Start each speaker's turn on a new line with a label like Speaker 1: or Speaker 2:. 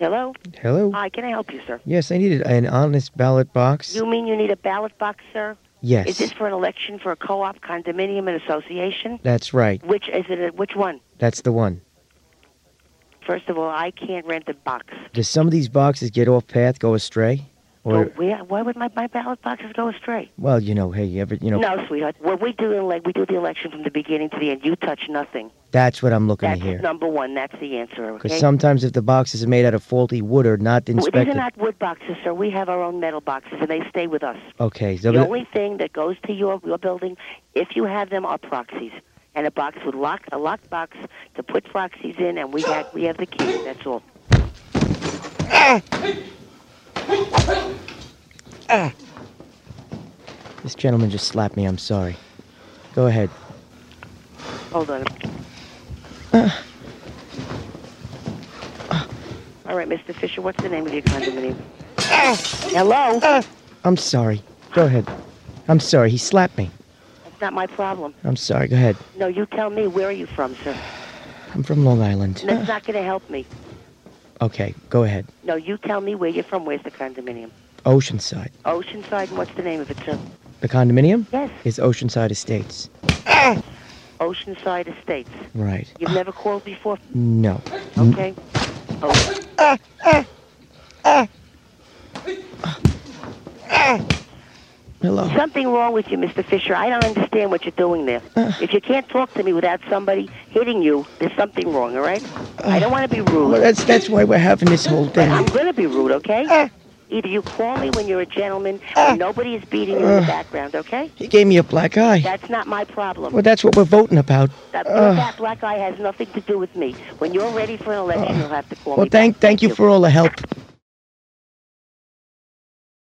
Speaker 1: Hello?
Speaker 2: Hello.
Speaker 1: Hi, can I help you, sir?
Speaker 2: Yes, I needed an honest ballot box.
Speaker 1: You mean you need a ballot box, sir?
Speaker 2: yes.
Speaker 1: Is this for an election for a co-op, condominium, and association?
Speaker 2: That's right.
Speaker 1: Which is it? a- Which one?
Speaker 2: That's the one.
Speaker 1: First of all, I can't rent a box.
Speaker 2: Does some of these boxes get off path, go astray? Or
Speaker 1: Well, where, why would my, my ballot boxes go astray?
Speaker 2: well, you know, hey, every you know,
Speaker 1: No, sweetheart. What we do, in like we do the election from the beginning to the end. You touch nothing.
Speaker 2: that's what I'm looking
Speaker 1: That's
Speaker 2: to hear.
Speaker 1: number one. That's the answer.
Speaker 2: Because
Speaker 1: Okay.
Speaker 2: sometimes if the boxes are made out of faulty wood or not
Speaker 1: Well, These are
Speaker 2: inspected,
Speaker 1: not wood boxes, sir. We have our own metal boxes, and they stay with us.
Speaker 2: okay, so
Speaker 1: The
Speaker 2: the-
Speaker 1: only thing that goes to your your building, if you have them, are proxies. And a box with lock a locked box to put proxies in, and we have we have the key. That's all.
Speaker 2: this gentleman just slapped me. I'm sorry. Go ahead.
Speaker 1: Hold on. All right, Mr. Fisher, what's the name of your condominium? Hello?
Speaker 2: I'm sorry. Go ahead. I'm sorry. He slapped me.
Speaker 1: That's not my problem.
Speaker 2: I'm sorry. Go ahead.
Speaker 1: No, you tell me. Where are you from, sir?
Speaker 2: I'm from Long Island.
Speaker 1: That's not going to help me.
Speaker 2: Okay, go ahead.
Speaker 1: No, you tell me where you're from. Where's the condominium?
Speaker 2: Oceanside.
Speaker 1: Oceanside, and what's the name of it, sir?
Speaker 2: The condominium
Speaker 1: Yes,
Speaker 2: is Oceanside Estates.
Speaker 1: Oceanside Estates.
Speaker 2: Right.
Speaker 1: You've never called before?
Speaker 2: No.
Speaker 1: Okay. Oh.
Speaker 2: Hello.
Speaker 1: Something wrong with you, Mr. Fisher. I don't understand what you're doing there. If you can't talk to me without somebody hitting you, there's something wrong, all right? I don't want to be
Speaker 2: Well,
Speaker 1: rude.
Speaker 2: that's that's why we're having this whole
Speaker 1: But I'm
Speaker 2: thing.
Speaker 1: going to be rude, okay? Either you call me when you're a gentleman or nobody is beating you in the background, okay?
Speaker 2: He gave me a black eye.
Speaker 1: That's not my problem.
Speaker 2: Well, that's what we're voting about.
Speaker 1: That,
Speaker 2: uh.
Speaker 1: that black eye has nothing to do with me. When you're ready for an election, you'll have to call
Speaker 2: Well,
Speaker 1: me. back.
Speaker 2: thank thank you for all the help.